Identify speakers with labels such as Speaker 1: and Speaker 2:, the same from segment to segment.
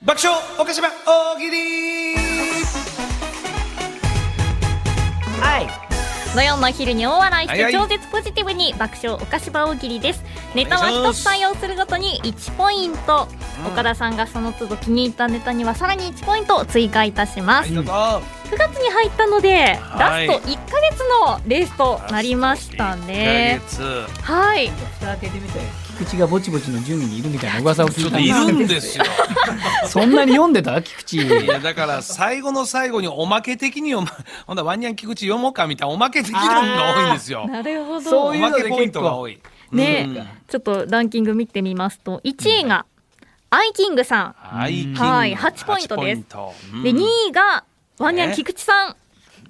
Speaker 1: 爆笑岡島大喜利
Speaker 2: はい。
Speaker 3: 土曜の昼に大笑いし
Speaker 1: は
Speaker 3: て
Speaker 1: いは
Speaker 3: 超
Speaker 1: い
Speaker 3: 絶ポジティブに爆笑おかしば大喜利ですネタは
Speaker 1: お願い
Speaker 3: 一
Speaker 1: し
Speaker 3: つ
Speaker 1: ます
Speaker 3: 採用するごとに1ポイント、
Speaker 1: うん
Speaker 3: 岡田さんがその都度気に入ったネタにはさらに1ポイントを追加いたしま
Speaker 1: は
Speaker 3: す、
Speaker 1: いどうぞ
Speaker 3: 9月に入ったので
Speaker 1: はい
Speaker 3: ラスト1ヶ月のレースとなりましたね
Speaker 1: 一ヶ月
Speaker 3: はい
Speaker 2: 蓋開けてみて、菊池がぼちぼちの順位にいるみたいな噂を聞
Speaker 1: ちょ
Speaker 2: い。
Speaker 1: ったといるんですすよ
Speaker 2: そんなに読んでた菊池
Speaker 1: い。やだから最後の最後におまけ的におまほんだらワンニャン菊池読もうかみたいなおまけ的なのが多いんですよ
Speaker 3: なるほど
Speaker 2: そう
Speaker 1: お
Speaker 2: いう
Speaker 1: ま
Speaker 2: ので
Speaker 1: け
Speaker 2: 結構
Speaker 1: ポイントが多い
Speaker 3: ね、
Speaker 1: うん
Speaker 3: ちょっとランキング見てみますと1位がアイキングさん、
Speaker 1: はい金
Speaker 3: はい8ポイントです
Speaker 1: 8ポイント
Speaker 3: で
Speaker 1: うん
Speaker 3: 2位がワンニャン
Speaker 1: ね
Speaker 3: 菊池さん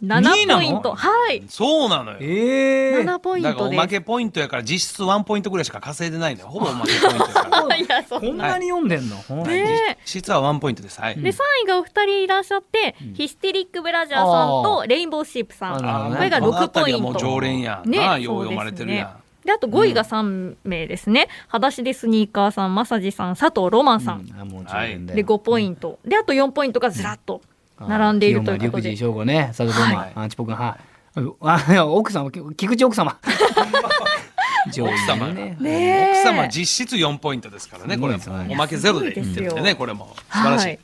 Speaker 2: 二位
Speaker 3: 7
Speaker 2: なの
Speaker 3: ポイントはい
Speaker 1: そうなのよ
Speaker 2: ええ
Speaker 3: 7ポイン
Speaker 1: だから
Speaker 3: ト
Speaker 1: お
Speaker 3: で
Speaker 1: ますけポイントやから実質ワンポイントぐらいしか稼いでないのよほぼおまけポイントやから
Speaker 3: あいやそ
Speaker 2: こん
Speaker 3: んな
Speaker 2: なに読んでんの、
Speaker 3: ねえ
Speaker 1: 実質はワンポイントですはい
Speaker 3: で3位がお二人いらっしゃって、ヒステリックブラジャーさん
Speaker 2: あ
Speaker 3: とレインボーシープさ
Speaker 2: あ
Speaker 3: ん
Speaker 2: なるほどね
Speaker 3: これが
Speaker 1: この
Speaker 3: 6ポ
Speaker 1: 辺り
Speaker 3: イ
Speaker 1: はも
Speaker 3: ン
Speaker 1: う
Speaker 3: ト
Speaker 1: 常連や
Speaker 3: ね
Speaker 1: なあよう読まれてるやん
Speaker 3: であと5位が3名ですね、裸足でスニーカーさんまさじさん佐藤ロマンさん、
Speaker 2: あもう
Speaker 1: 常連
Speaker 3: で5ポイント、であと4ポイントがずらっと並んでいるということ
Speaker 2: 緑
Speaker 3: で
Speaker 2: 地翔吾ね、佐藤君
Speaker 1: は、
Speaker 2: はいあちぽくんはい。あいや奥様、き菊池 奥様。上位
Speaker 1: 奥様
Speaker 2: ね。
Speaker 3: ねえ
Speaker 1: 奥様実質4ポイントですからねこれも
Speaker 2: すごいですね
Speaker 1: おまけゼロでいってるんでねこれも素晴らし
Speaker 3: はいい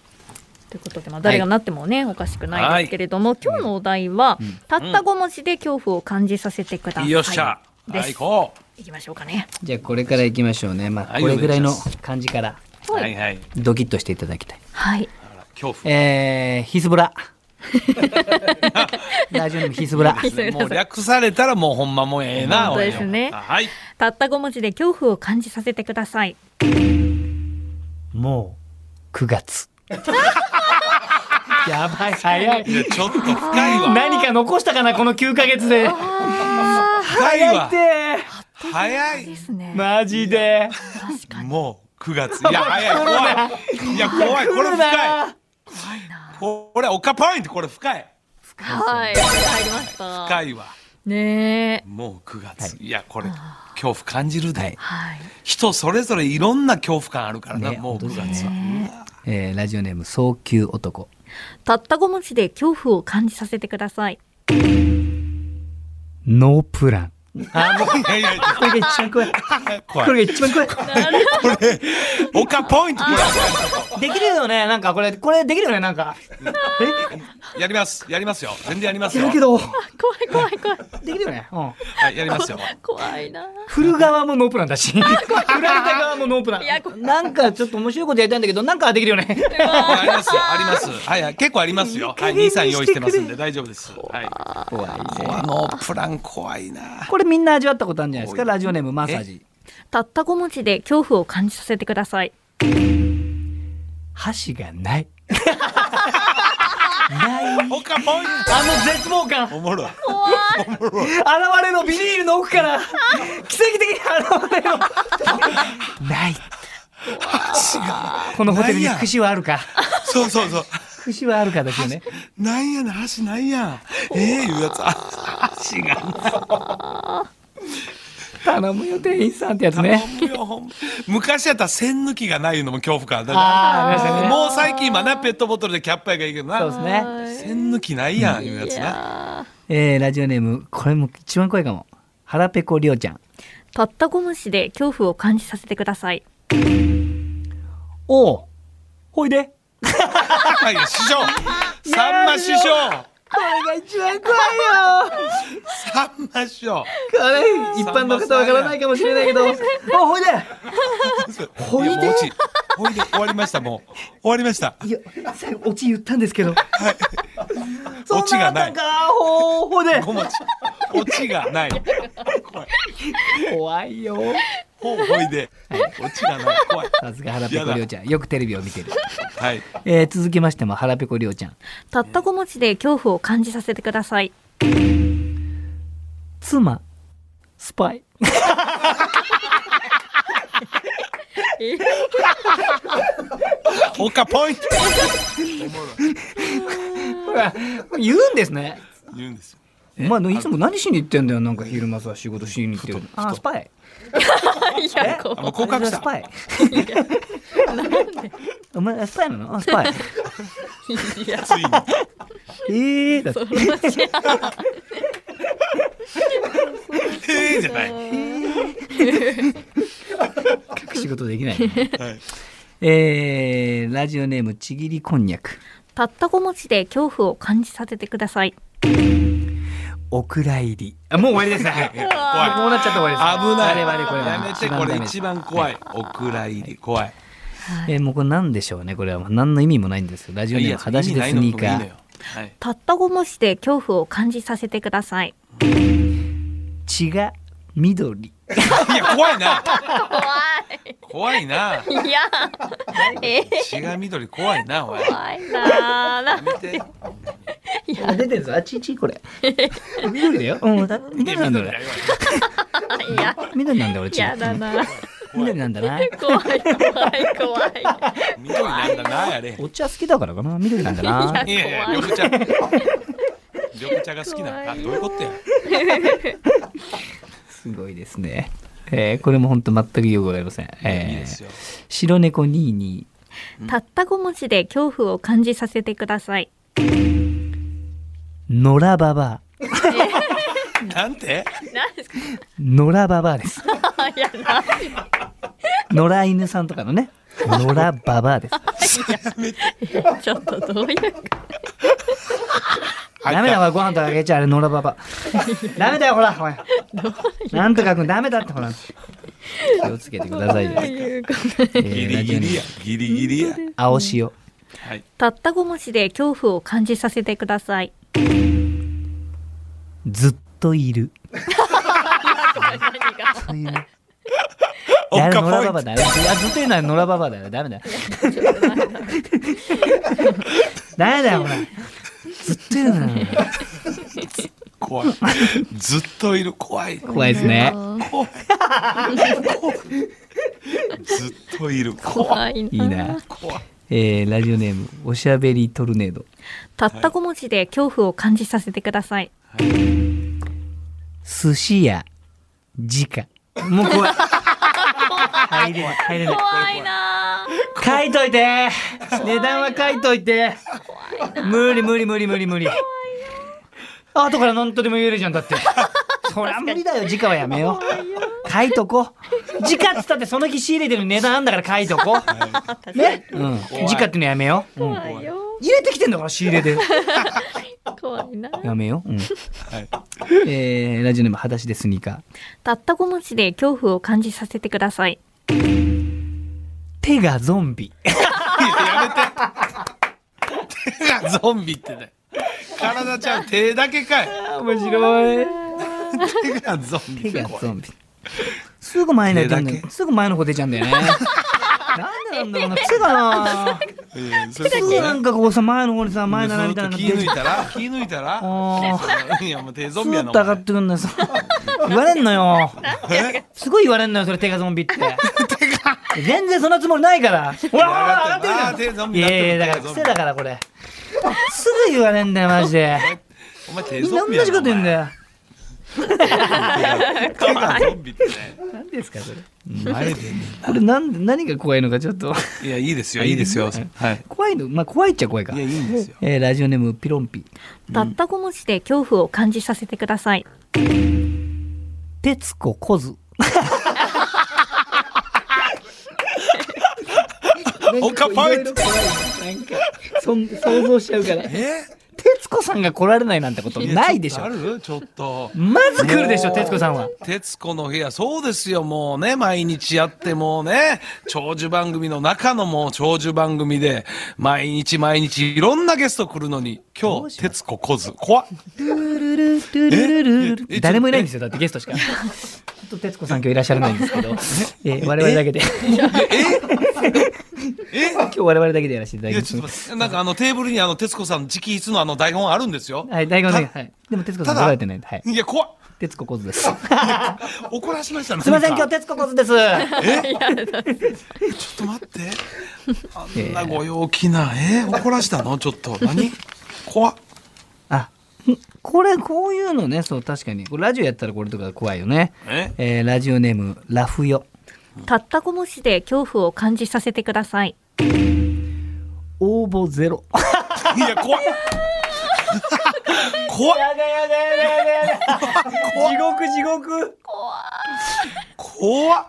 Speaker 3: ということで、まあ、誰がなってもね、おかしくないですけれども、今日のお題は、
Speaker 2: ん
Speaker 3: たった5文字で恐怖を感じさせてください。
Speaker 1: よっしゃ
Speaker 3: で
Speaker 1: はい
Speaker 3: す。
Speaker 1: 行こ
Speaker 3: いきましょうかね。
Speaker 2: じゃあこれから行きましょうね。ま
Speaker 1: は
Speaker 2: あ
Speaker 1: い
Speaker 2: これぐらいの
Speaker 1: お願いしま
Speaker 2: 感じから
Speaker 1: うはい はい
Speaker 2: ドキッとしていただきたい。
Speaker 3: はい。
Speaker 1: あら恐怖
Speaker 2: えー、ヒス ブラ。ラジオネームヒスブラ。
Speaker 3: すいません
Speaker 1: もう略されたらもうほんまもうええな
Speaker 3: 本当ですね
Speaker 1: 俺ははい
Speaker 3: たった5文字で恐怖を感じさせてください。
Speaker 2: もう9月。 やばい早い。
Speaker 1: いやちょっと深いわ
Speaker 2: 何か残したかなこの9ヶ月で。
Speaker 1: 深いわ
Speaker 2: 早いって。
Speaker 1: 早い
Speaker 3: ですね。
Speaker 2: マジで。
Speaker 3: 確かに。
Speaker 1: もう9月 いや早い怖いいや怖いこれ深いこれおかぽいントこれ深い
Speaker 3: はい。入りました。
Speaker 1: 深いわ
Speaker 3: ねえ。
Speaker 1: もう9月、い、やこれ恐怖感じるで、
Speaker 2: はい
Speaker 3: はい。
Speaker 1: 人それぞれいろんな恐怖感あるからな、
Speaker 2: ね
Speaker 1: もう9
Speaker 2: 本当です
Speaker 1: 月は、
Speaker 2: えー、ラジオネーム早急男。
Speaker 3: たった5文字で恐怖を感じさせてください。
Speaker 2: ノープラン。あもう
Speaker 1: いやいや
Speaker 2: これが一番怖い。
Speaker 1: 怖
Speaker 2: こ
Speaker 1: い
Speaker 2: れが一番怖い。
Speaker 1: おかポイントこ
Speaker 2: できるよねなんかこれこれできるよねなんか。
Speaker 1: れやりますやりますよ全然やります
Speaker 2: え
Speaker 1: よ
Speaker 2: だけど
Speaker 3: 怖い怖い怖い。
Speaker 2: できるよね。うん。
Speaker 1: はいやりますよ
Speaker 3: 怖いな。
Speaker 2: 振る側もノープラン だし、振られた側もノープラ
Speaker 3: いやこ
Speaker 2: ン。なんかちょっと面白いことやりたいんだけど、なんかできるよね。
Speaker 1: ありますよありますはいはい結構ありますよはい
Speaker 2: いい
Speaker 1: 兄
Speaker 2: 加
Speaker 1: さ
Speaker 2: 減
Speaker 1: ん
Speaker 2: に
Speaker 1: 用
Speaker 2: し
Speaker 1: 意し
Speaker 2: てくれ
Speaker 1: てますんで大丈夫ですはい
Speaker 2: 怖いね。
Speaker 1: あのプラン怖いな
Speaker 2: これみんな味わったことあるんじゃないですか、ラジオネームマッサージ。
Speaker 3: たった5文字で恐怖を感じさせてください。
Speaker 2: 箸がない。ない。
Speaker 1: おかポイン
Speaker 2: あの絶望感、
Speaker 1: トおもろい
Speaker 3: 怖い。
Speaker 2: 現れのビニールの奥から、奇跡的に現れの。ない。このホテルに串はあるか。
Speaker 1: そうそうそう
Speaker 2: 串はあるかですよね。
Speaker 1: なんやねん箸ないやんええいうやつあ箸がない
Speaker 2: 頼むよ、店員さんってやつね。
Speaker 1: 頼むよほんま昔やったら栓抜きがないのも恐怖感だから
Speaker 2: ああ、ありましたね。
Speaker 1: もう最近今なペットボトルでキャップやがいいけどな
Speaker 2: そうですね。
Speaker 1: 栓抜きないやんいうやつな
Speaker 2: えー、ラジオネーム、これも一番怖いかも。腹ペコりょうちゃん。
Speaker 3: たった5文字で恐怖を感じさせてください。
Speaker 2: おう。ほいで。
Speaker 1: はい師匠さんま師匠
Speaker 2: これが一番怖いよ。
Speaker 1: さんま師匠
Speaker 2: これ、一般の方わからないかもしれ ないけど。おほいで。ほいで
Speaker 1: やもう落ちほいで終わりましたもう終わりました
Speaker 2: いや、最後、オチ言ったんですけど。 そん
Speaker 1: オチがない
Speaker 2: んか、ほーほいで。
Speaker 1: 5文字落ちがない怖い
Speaker 2: 怖いよ。
Speaker 1: ほうほいで落ちがない怖い
Speaker 2: さすが腹ペコりょうちゃん。よくテレビを見てる。
Speaker 1: はい
Speaker 2: えー、続きましても腹ペコりょうちゃん。
Speaker 3: たった5文字で恐怖を感じさせてください。
Speaker 2: 妻、スパイ。
Speaker 1: 他ポイント
Speaker 2: ほら、言うんですね。
Speaker 1: 言うんですよ
Speaker 2: お前のいつも何しに行ってんだよなんか昼間さ仕事しに行ってる
Speaker 1: ふと
Speaker 2: あースパイ
Speaker 3: いやこ
Speaker 1: あもう告白した
Speaker 2: あれがスパイ
Speaker 3: うなんで
Speaker 2: お前スパイなのあス パイ
Speaker 3: いや
Speaker 1: ついに
Speaker 2: ええだって
Speaker 3: その
Speaker 1: 「
Speaker 3: 話
Speaker 1: えー」じゃない、は
Speaker 2: 仕事できない
Speaker 1: い、
Speaker 2: えー、ラジオネームちぎりこんにゃく
Speaker 3: たった5文字で恐怖を感じさせてください
Speaker 2: お蔵入りあもう終わりですね
Speaker 1: 怖い
Speaker 2: もうなっちゃって終わりです
Speaker 1: 危ない
Speaker 2: 我々これは
Speaker 1: やめて
Speaker 2: 一番
Speaker 1: こ
Speaker 2: ダ
Speaker 1: れ
Speaker 2: メです
Speaker 1: 一番怖いお蔵入り怖い
Speaker 2: えーもうこれ何でしょうねこれは何の意味もないんですよラジオネーム裸足でスニーカ
Speaker 1: いや意味ないのもいいの
Speaker 2: ー
Speaker 1: よはい
Speaker 3: たった5文字で恐怖を感じさせてください
Speaker 2: 血が緑
Speaker 1: いや怖いな
Speaker 3: 怖
Speaker 1: 怖いない
Speaker 3: いやえー
Speaker 1: 血が緑怖いなおいや
Speaker 3: 怖いなーな
Speaker 1: めて
Speaker 2: あ出てるぞあちちこれ緑だようんだ
Speaker 1: いや
Speaker 2: 緑なんだ
Speaker 1: 緑
Speaker 2: 俺
Speaker 1: だよ
Speaker 3: いや
Speaker 2: 緑なんだ俺血
Speaker 3: やだな
Speaker 2: 緑なんだな
Speaker 3: 怖い怖い怖い
Speaker 1: 緑なんだなあれ
Speaker 2: お茶好きだからかな緑なんだない
Speaker 1: やいや
Speaker 3: 怖い
Speaker 1: 緑茶緑茶が好きなのあどういうことや
Speaker 2: すごいですねえーこれも本当全くよくございません、えー
Speaker 1: いいですよ
Speaker 2: 白猫22
Speaker 3: たった5文字で恐怖を感じさせてください
Speaker 2: 野良ババ
Speaker 1: なんて
Speaker 3: 何ですか
Speaker 2: ア野良ババアです
Speaker 3: いやな
Speaker 2: 野良犬さんとかのね野良ババアです
Speaker 3: ちょっとどういう
Speaker 2: ダメだわご飯とかあげちゃうあれ野良ババアダメだよほらほらなんとかくんダメだってほら気をつけてくださいよ、
Speaker 3: どういうこと
Speaker 2: え
Speaker 1: ギ
Speaker 2: ー、ラ
Speaker 1: リ
Speaker 2: ジオ
Speaker 1: ギ
Speaker 2: ネ
Speaker 1: リ
Speaker 2: ー
Speaker 1: や
Speaker 2: ム
Speaker 1: ギリギリや
Speaker 2: 青潮
Speaker 1: はい
Speaker 3: たった5文字で恐怖を感じさせてください
Speaker 2: ずっといるそういう
Speaker 1: お
Speaker 2: あ
Speaker 1: っ
Speaker 2: れ
Speaker 1: か
Speaker 2: 野
Speaker 1: ぽ
Speaker 2: 良ババア
Speaker 1: い
Speaker 2: だよあずっと言うのは野良ババアだよダメだよダメだよほらずっと言うのよ
Speaker 1: 怖いずっといる怖い
Speaker 2: 怖いですね
Speaker 1: 怖い怖いずっといる怖い
Speaker 3: 怖いない
Speaker 2: いな、
Speaker 1: 怖い
Speaker 2: えー、ラジオネームおしゃべりトルネード
Speaker 3: たった5文字で恐怖を感じさせてください
Speaker 2: 寿司屋直もう怖い入れない入れない
Speaker 3: 怖いな
Speaker 2: 書いといて値段は書いといて無理無理無理無理無理後から何とでも言えるじゃんだってそりゃ無理だよ直はやめよう書いとこう直っつったってその日仕入れてる値段あんだから書いとこうね、うん、
Speaker 1: 怖い
Speaker 2: 直ってのやめよう、うん
Speaker 3: 怖いよ
Speaker 2: 入れてきてんだから仕入れで
Speaker 3: 怖いな
Speaker 2: やめよう、うん
Speaker 1: はい
Speaker 2: えーラジオネーム裸足でスニーカー
Speaker 3: たった5文字で恐怖を感じさせてください
Speaker 2: 手がゾンビ
Speaker 1: やめて手が ゾンビってね体ちゃん手だけかい
Speaker 2: 面白い
Speaker 1: 手がゾンビ
Speaker 2: 手が
Speaker 1: 怖い
Speaker 2: ゾンビすぐ前に出たんだ
Speaker 1: 手
Speaker 2: よ
Speaker 1: だけ
Speaker 2: すぐ前の方出ちゃうん だよねなんでなんだろうな癖かな
Speaker 1: うんそういう
Speaker 2: す
Speaker 1: こ
Speaker 2: ぐ
Speaker 1: と
Speaker 2: な
Speaker 1: ね
Speaker 2: んかこうさ前の方にさ前
Speaker 1: ず
Speaker 2: 並
Speaker 1: っ
Speaker 2: みたいな
Speaker 1: と
Speaker 2: の
Speaker 1: 気
Speaker 2: 出
Speaker 1: 抜い
Speaker 2: ちゃう
Speaker 1: たら気抜いたら
Speaker 2: あ
Speaker 1: いやもう手
Speaker 2: ー
Speaker 1: ゾンビ
Speaker 2: ス
Speaker 1: や
Speaker 2: ーッ
Speaker 1: の
Speaker 2: と上がってくんだよそう言われんのよ
Speaker 1: え
Speaker 2: すごい言われんのよそれ手がゾンビ って全然そんなつもりないからほらほら上がってるじゃん
Speaker 1: 手ゾン
Speaker 2: い
Speaker 1: ビになっ
Speaker 2: やい
Speaker 1: て
Speaker 2: や
Speaker 1: る
Speaker 2: だか
Speaker 1: 手
Speaker 2: ら
Speaker 1: ゾン
Speaker 2: 癖
Speaker 1: ビ
Speaker 2: だからこれすぐ言われんだよマジ で
Speaker 1: お前手
Speaker 2: みんな
Speaker 1: ゾン
Speaker 2: 同
Speaker 1: ビ
Speaker 2: じ
Speaker 1: や
Speaker 2: こと言うんだよ
Speaker 1: よ手がゾンビってね
Speaker 2: 何ですかそれ
Speaker 1: 前でね
Speaker 2: これなんで何が怖いのかちょっと
Speaker 1: いやいいですよ
Speaker 2: あ
Speaker 1: いいですよ
Speaker 2: いいね
Speaker 1: はい
Speaker 2: 怖いのまあ怖いっちゃ怖いか
Speaker 1: いやいいんですよ
Speaker 2: えーラジオネームピロンピ
Speaker 3: たった5文字で恐怖を感じさせてください
Speaker 2: 徹子こず
Speaker 1: おかぱいって
Speaker 2: なんかそん想像しちゃうから
Speaker 1: え
Speaker 2: 徹子さんが来られないなんてことないでし
Speaker 1: や
Speaker 2: ょ
Speaker 1: ちっとあるちょっと
Speaker 2: まず来るでしょ
Speaker 1: もう
Speaker 2: 徹子さんは
Speaker 1: 徹子の部屋、そうですよ、もうね、毎日やって、もうね、長寿番組の中のもう長寿番組で、毎日毎日いろんなゲスト来るのに、今日、徹子来ず、怖っ。ええ
Speaker 2: 誰もいないんですよだってゲストしかちょっと徹子さん今日いらっしゃらないんで すけど、えー我々だけで 今
Speaker 1: え
Speaker 2: 日我々だけでやらせていただ
Speaker 1: い
Speaker 2: きま
Speaker 1: や、
Speaker 2: す
Speaker 1: ちょっと待って、なんかあの、テーブルにあの、徹子さん直筆のあの、台本あるんですよ。
Speaker 2: はい大根さんはいでも徹子さ
Speaker 1: た
Speaker 2: ん
Speaker 1: だ
Speaker 2: 来られてないんではい
Speaker 1: いや、怖っ。
Speaker 2: 徹子こ ずです
Speaker 1: 怒らしました、
Speaker 2: すいませ
Speaker 1: なん
Speaker 2: ん今日
Speaker 1: か
Speaker 2: 徹子こずです
Speaker 1: ちょっと待って。あんなご陽気な、えー怒らしたのちょっと、何怖っ。
Speaker 2: あこれこういうのねそう確かにこれラジオやったらこれとか怖いよね
Speaker 1: え
Speaker 2: えーラジオネームラフヨ
Speaker 3: たった5文字で恐怖を感じさせてください
Speaker 2: 応募ゼロ
Speaker 1: いや、怖っ。 怖っ。
Speaker 2: やだやだやだやだやだ地獄地獄
Speaker 1: 怖っ。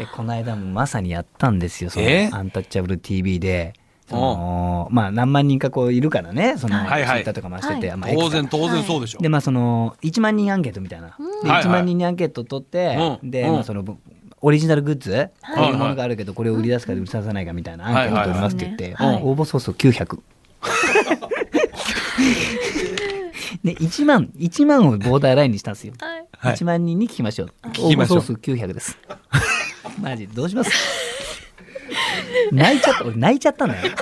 Speaker 2: でこの間もまさにやったんですよその
Speaker 1: え
Speaker 2: アンタッチャブル TV で。
Speaker 1: うん
Speaker 2: そのまあ何万人かこういるからねそのツイ
Speaker 1: はいはい
Speaker 2: ッターとか回してて、
Speaker 3: は
Speaker 2: まあ、
Speaker 1: 当
Speaker 2: X
Speaker 1: 然、
Speaker 2: か
Speaker 1: 当然そうでしょ。
Speaker 2: でまあその1万人アンケートみたいな、
Speaker 3: うん
Speaker 2: で
Speaker 1: はいはい
Speaker 2: 1万人にアンケート取って、
Speaker 1: うん
Speaker 2: で、
Speaker 1: うん
Speaker 2: まあ、そのオリジナルグッズ、
Speaker 3: はい
Speaker 2: こういうものがあるけどこれを売り出すか売り出さないかみたいなアンケート取りますって言って、
Speaker 1: はいはいはい
Speaker 2: 応募総数900。で1万1万をボーダーラインにしたんですよ。
Speaker 3: はい
Speaker 1: はい
Speaker 2: 1万人に聞きましょう。
Speaker 1: 聞きましょう
Speaker 2: 応募総数900です。マジどうします泣いちゃった。俺泣いちゃったんだよ。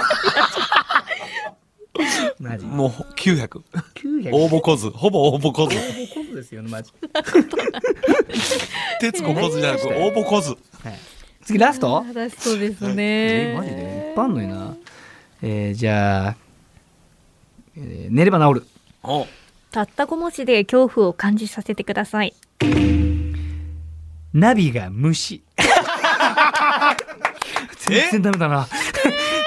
Speaker 2: マジ。
Speaker 1: もう900。
Speaker 2: 900。
Speaker 1: 応募こず。ほぼ応募こず。
Speaker 2: こそですよね、マジ。
Speaker 1: 徹子こずじゃなく、応募こず。
Speaker 2: はい、次ラスト
Speaker 3: 私そうです
Speaker 2: え
Speaker 3: ね
Speaker 2: マジでいっぱいあんのにな。えー、じゃあ、えー寝れば治る。
Speaker 1: お
Speaker 3: たった5文字で恐怖を感じさせてください
Speaker 2: ナビが虫。全然ダメだな。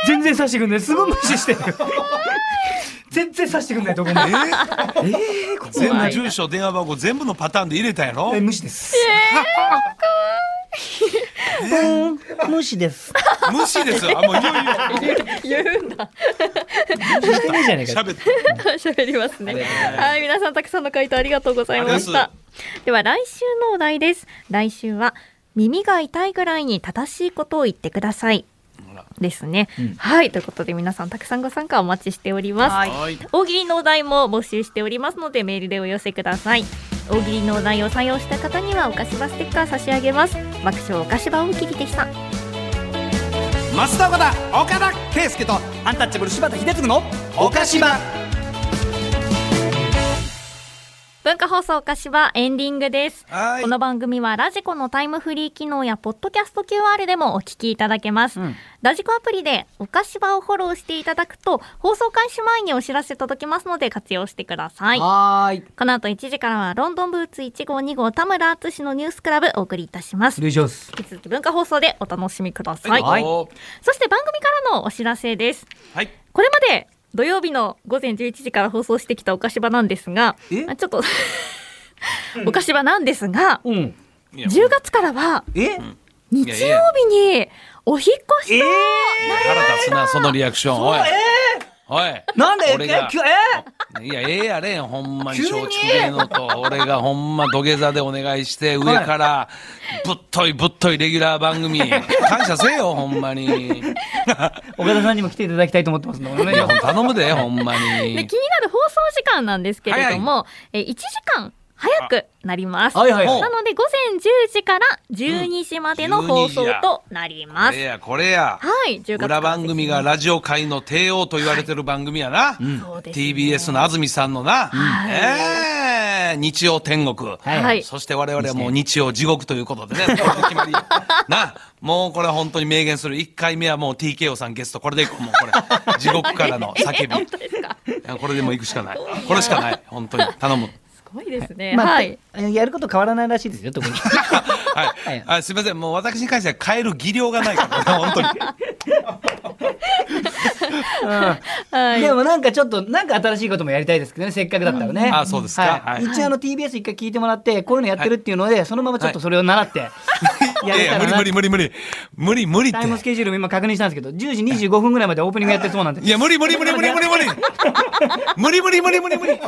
Speaker 2: 全然刺してくんない。すごい無視してる。全然刺してくんないとこも。えー、ここ
Speaker 1: 全
Speaker 2: は
Speaker 1: 部住所、電話番号、全部のパターンで入れたんやろ
Speaker 2: え無視です。えー、怖い。無視です。
Speaker 1: 無視です よ。あ、もういよいよ。
Speaker 3: 言うんだ
Speaker 2: 無視してないじゃないか。
Speaker 1: 喋って。
Speaker 3: 喋りますねはい皆さんたくさんの回答ありがとうございまし
Speaker 1: あ
Speaker 3: た
Speaker 1: り
Speaker 3: では来週のお題です来週は耳が痛いぐらいに正しいことを言ってくださいですね、
Speaker 2: うん
Speaker 3: はいということで皆さんたくさんご参加お待ちしております
Speaker 1: はい。
Speaker 3: 大喜利のお題も募集しておりますのでメールでお寄せください大喜利のお題を採用した方にはお菓子場ステッカー差し上げます爆笑お菓子場を切りでした
Speaker 1: 増田岡田、岡田
Speaker 2: 圭介とアンタッチャブル柴田秀嗣の岡島
Speaker 3: 文化放送お菓子場エンディングです
Speaker 1: はい
Speaker 3: この番組はラジコのタイムフリー機能やポッドキャスト QR でもお聞きいただけます、
Speaker 2: うん
Speaker 3: ラジコアプリでお菓子場をフォローしていただくと放送開始前にお知らせ届きますので活用してください
Speaker 2: はーい
Speaker 3: この後1時からはロンドンブーツ1号2号田村淳のニュースクラブお送りいたします
Speaker 2: 失礼します
Speaker 3: 引き続き文化放送でお楽しみください、
Speaker 1: は。
Speaker 2: はいい
Speaker 3: そして番組からのお知らせです
Speaker 1: はい。
Speaker 3: これまで土曜日の午前11時から放送してきたお菓子場なんですが
Speaker 2: え
Speaker 3: あちょっと お菓子場なんですが
Speaker 2: うん
Speaker 1: いや
Speaker 3: 10月からは
Speaker 2: え
Speaker 3: 日曜日にお引っ越しと
Speaker 1: 腹立つな、そのリアクション。おい。おい。
Speaker 2: なんで
Speaker 1: 俺
Speaker 2: え
Speaker 1: が
Speaker 2: きゅえ
Speaker 1: いや、ええやれん、ほんまに
Speaker 2: 急に
Speaker 1: 松竹芸能と、俺がほんま土下座でお願いして、上から、ぶっといぶっといレギュラー番組、感謝せえよ、ほんまに。い
Speaker 2: 岡田さんにも来ていただきたいと思ってますのでお願いし
Speaker 1: や
Speaker 2: ます
Speaker 1: 頼むで、ほんま
Speaker 3: で
Speaker 1: に
Speaker 3: 気。になる放送時間なんですけれども、え1時間早くなります
Speaker 2: はいはい
Speaker 1: はい
Speaker 3: なので午前10時から12時までの放送となりま
Speaker 1: こ
Speaker 3: す、
Speaker 1: れや、これや。
Speaker 3: はい10月から
Speaker 1: 裏番組が
Speaker 3: ぜ
Speaker 1: ラジオ界の帝王と言われてる番組やな。
Speaker 3: ひそうですね
Speaker 1: TBS の安住さんのな、
Speaker 3: はい
Speaker 1: ええ日曜天国、
Speaker 2: はい
Speaker 3: はい
Speaker 1: そして我々はもう日曜地獄ということ でね、これで決まりな、もうこれは本当に明言する。1回目はもう TKO さんゲスト、これでいこう。もうこ れ、地獄からの叫び。
Speaker 3: ですか
Speaker 1: いやこれでもう行くしかない。これしかない。本当に。頼 む。
Speaker 3: すごいです ね、
Speaker 2: まあ
Speaker 3: はい
Speaker 2: やること変わらないらしいですよ特に
Speaker 1: は
Speaker 2: はいい。
Speaker 1: あすみません。もう私に関しては変える技量がないから、本 当に。
Speaker 3: はい
Speaker 2: でもなんかちょっとなんか新しいこともやりたいですけどねせっかくだったらね
Speaker 1: うんあそうですか
Speaker 2: は
Speaker 1: はい
Speaker 2: い一応あの TBS 一回聞いてもらってこういうのやってるっていうのでそのままちょっとそれを習って
Speaker 1: いや
Speaker 2: や
Speaker 1: い
Speaker 2: れ
Speaker 1: や、
Speaker 2: た
Speaker 1: 無
Speaker 2: ら
Speaker 1: 理
Speaker 2: な
Speaker 1: 無理無理無理。無理無理って
Speaker 2: タイ。ムスケジュールも今確認したんですけど10時25分ぐらいまでオープニングやってそうなんで
Speaker 1: いや、無理無理無理無理無理無理。無理無理無理無理無理。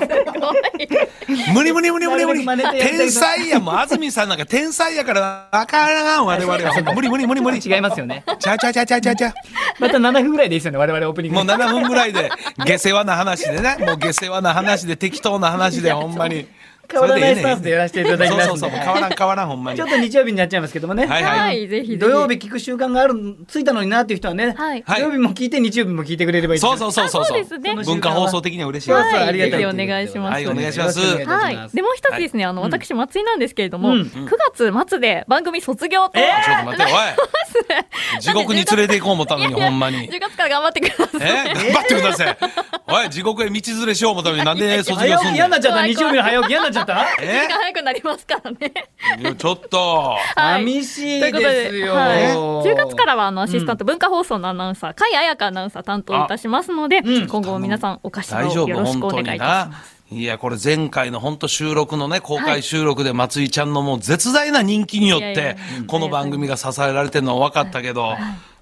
Speaker 1: 無理無理無理無理無理
Speaker 2: なるべく真似てやりたいな
Speaker 1: 天才やもう安住さんなんか天才やからあからん我々は無理無理無理無理
Speaker 2: 違いますよね
Speaker 1: ちゃうちゃうちゃうちゃうちゃうちゃ
Speaker 2: また7分ぐらいでいいですよね我々オープニン
Speaker 1: う
Speaker 2: グ
Speaker 1: もう7分ぐらいで下世話な話でねもう下世話な話で適当な話でほんまに
Speaker 2: 変わらないスタンスでやらせていただき
Speaker 1: そう
Speaker 2: ます
Speaker 1: そ
Speaker 2: ん
Speaker 1: う
Speaker 2: で
Speaker 1: そう、変わらん変わらんほんまに。
Speaker 2: ちょっと日曜日になっちゃいますけどもね、
Speaker 1: はい
Speaker 3: は、
Speaker 1: はいい
Speaker 3: ぜひぜひ。
Speaker 2: 土曜日聞く習慣があるついたのになっていう人はね、
Speaker 3: はい
Speaker 1: はい
Speaker 2: 土曜日も聞いて日曜日も聞いてくれればいいです
Speaker 1: そうそうそうそう。
Speaker 3: そうですね
Speaker 2: その
Speaker 1: 文化放送的には嬉しい
Speaker 2: そう
Speaker 1: です。
Speaker 2: そう
Speaker 3: はい
Speaker 2: ありがたい
Speaker 3: ぜひお願いします
Speaker 1: はいお願いします
Speaker 2: よろくお願い
Speaker 3: はい
Speaker 2: たしま
Speaker 3: い。
Speaker 2: す
Speaker 3: でもう一つですね、あの、私、松井なんですけれども、
Speaker 2: うん
Speaker 3: 9月末で番組卒業と。
Speaker 2: え
Speaker 1: ちょっと待って、おい。地獄に連れて行こう思ったのに、
Speaker 3: いや
Speaker 1: ほんまに。
Speaker 3: 10月から頑張ってください。
Speaker 1: え頑張ってください。おい、地獄へ道連れしよう思ったのに、なんで卒業
Speaker 2: 早
Speaker 1: す
Speaker 2: 起
Speaker 1: ん
Speaker 2: き嫌に
Speaker 1: の
Speaker 2: なっちゃった日曜日の早起き嫌になっちゃっ
Speaker 3: 時
Speaker 2: た
Speaker 1: え
Speaker 3: 間早くなりますからね。
Speaker 1: いやちょっと。
Speaker 3: はい
Speaker 2: 寂しい
Speaker 3: ということ
Speaker 2: です
Speaker 3: で、
Speaker 2: よ、
Speaker 3: はい、10月からはあのアシスタント、文化放送のアナウンサー甲斐彩香アナウンサー担当いたしますので、
Speaker 2: うん
Speaker 3: 今後皆さんお貸し
Speaker 1: 大
Speaker 3: を
Speaker 1: 丈
Speaker 3: よ
Speaker 1: 夫
Speaker 3: ろし
Speaker 1: 本
Speaker 3: くお願
Speaker 1: 当
Speaker 3: い
Speaker 1: に
Speaker 3: いたしま
Speaker 1: な。いやこれ前回の本当収録のね公開収録で松井ちゃんのもう絶大な人気によっ
Speaker 3: いやいやい
Speaker 1: て
Speaker 3: や
Speaker 1: この番組が支えられてるのは分かったけど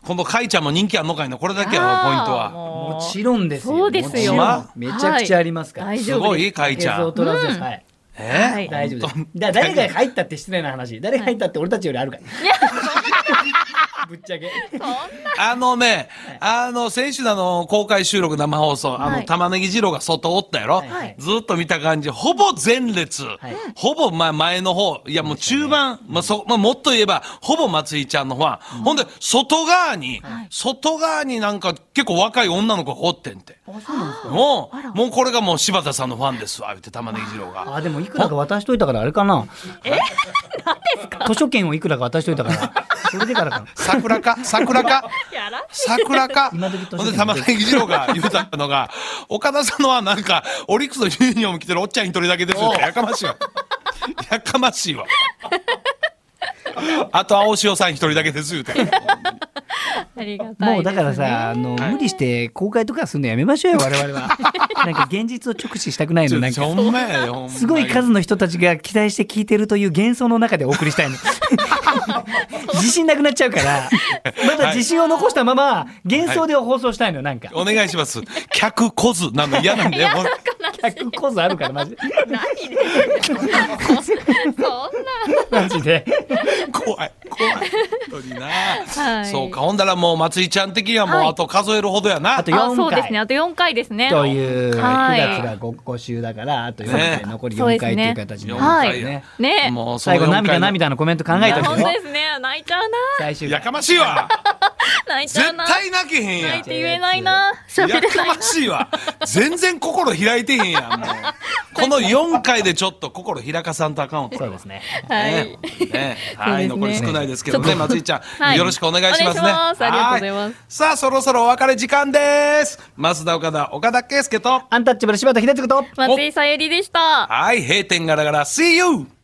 Speaker 1: 今度かいちゃんも人気あんのかいなこれだけやろポイントは
Speaker 2: も
Speaker 3: は
Speaker 2: ちろんですよ
Speaker 3: そうです
Speaker 1: よ
Speaker 2: もちろんめちゃくちゃありますから、
Speaker 3: 大
Speaker 1: す
Speaker 3: 丈夫
Speaker 1: ご
Speaker 3: です
Speaker 1: いかいち
Speaker 2: 映
Speaker 1: ゃ
Speaker 2: 像
Speaker 1: ん
Speaker 2: 取らずです、
Speaker 3: うん
Speaker 2: はい
Speaker 3: はい
Speaker 1: え
Speaker 2: 大丈夫です
Speaker 1: 本当
Speaker 2: だ誰が入ったって失礼な話誰が入ったって俺たちよりあるから、 ぶっちゃけ
Speaker 1: あのねあの先週のあの公開収録生放送あ
Speaker 3: は
Speaker 1: の
Speaker 3: い
Speaker 1: 玉ねぎ二郎が外おったやろ
Speaker 2: はいはい
Speaker 1: ずっと見た感じほぼ前列
Speaker 2: い
Speaker 1: ほぼま前の方いやもう中盤まあそまあもっと言えばほぼ松井ちゃんのファンほんで外側に外側になんか結構若い女の子がおってんて
Speaker 2: あそうなんです
Speaker 1: も
Speaker 3: あら
Speaker 1: うもうこれがもう柴田さんのファンですわ言って玉ねぎ二郎が
Speaker 2: あでもいくらか渡しといたからあれかなえ何ですか図書券をいくらか渡しといたからそれでからか な
Speaker 1: 桜か桜か
Speaker 3: す。やら
Speaker 1: 桜か。
Speaker 2: 今時として
Speaker 1: ほんで、玉ねぎ二郎が言うたのが、 岡田さんのはなんか、オリックスのユニオーム着てるおっちゃん一人だけですって、やかましいわ。やかましいわ。あと、青潮さん一人だけです言うて。
Speaker 3: ありがたいです、ね。
Speaker 2: もうだからさ、あの、無理して公開とかするのやめましょうよ、我々 は。なんか現実を直視したくないの、なん
Speaker 1: ち
Speaker 2: か
Speaker 1: ょ。ほんまやよほんまに
Speaker 2: すごい数の人たちが期待して聞いてるという幻想の中でお送り したいの。自信なくなっちゃうから、まだ自信を残したまま幻想で放送したいの、なんか。
Speaker 1: お願いします。客こずなの嫌なん だよ。ほん
Speaker 2: 100コースあるから、マジで。
Speaker 3: 何でそんな。
Speaker 2: マジで。
Speaker 1: 怖い。怖い。本当にな。
Speaker 3: はい
Speaker 1: そうか。ほんだらもう、松井ちゃん的にはもう、あと数えるほどやな。
Speaker 2: あと
Speaker 3: あ、
Speaker 2: 4
Speaker 3: そうですね。
Speaker 2: 回。
Speaker 3: あと4回ですね。
Speaker 2: という、9
Speaker 3: はい
Speaker 2: 月が 5, 週だから、あと4
Speaker 1: ね
Speaker 2: 回、残り4回という形に
Speaker 1: 4
Speaker 2: な
Speaker 3: は
Speaker 1: 回
Speaker 3: い
Speaker 2: りますよね
Speaker 1: や。。
Speaker 3: ねえ。
Speaker 1: もう、
Speaker 2: 最後、
Speaker 1: その四
Speaker 2: 涙
Speaker 1: 回の。
Speaker 2: 涙のコメント考え
Speaker 3: い
Speaker 2: た
Speaker 3: や
Speaker 2: け
Speaker 3: 本
Speaker 2: ど
Speaker 3: 当、ですね。泣いちゃうな。
Speaker 2: 最終回
Speaker 1: やかましい わ。
Speaker 3: 泣いちゃう
Speaker 1: 絶
Speaker 3: な。
Speaker 1: 対泣けへんや
Speaker 3: 泣
Speaker 1: ん
Speaker 3: い。て言えないな。喋れ
Speaker 1: や
Speaker 3: ない
Speaker 1: か
Speaker 3: な
Speaker 1: ま。しいわ。全然心開いてへんや ん、もう。この4回でちょっと心開かさんとあかんわ。これ
Speaker 2: そう
Speaker 1: は
Speaker 2: ですね。
Speaker 3: はい
Speaker 1: ね。ねはい、
Speaker 3: そう
Speaker 1: 残
Speaker 3: で
Speaker 1: り
Speaker 3: すね
Speaker 1: 少ないですけど
Speaker 3: ちょ
Speaker 1: ね、
Speaker 3: っと
Speaker 1: 松井ちゃん、
Speaker 3: はい
Speaker 1: よろしくお願いしますね。
Speaker 3: お願いしますありがとうございます
Speaker 1: はさあ、そろそろお別れ時間です。増田岡田、岡田圭介と、
Speaker 2: アンタッチャブル柴田秀嗣と
Speaker 3: 松井さゆりでした。
Speaker 1: はい、閉店ガラガラ、See you!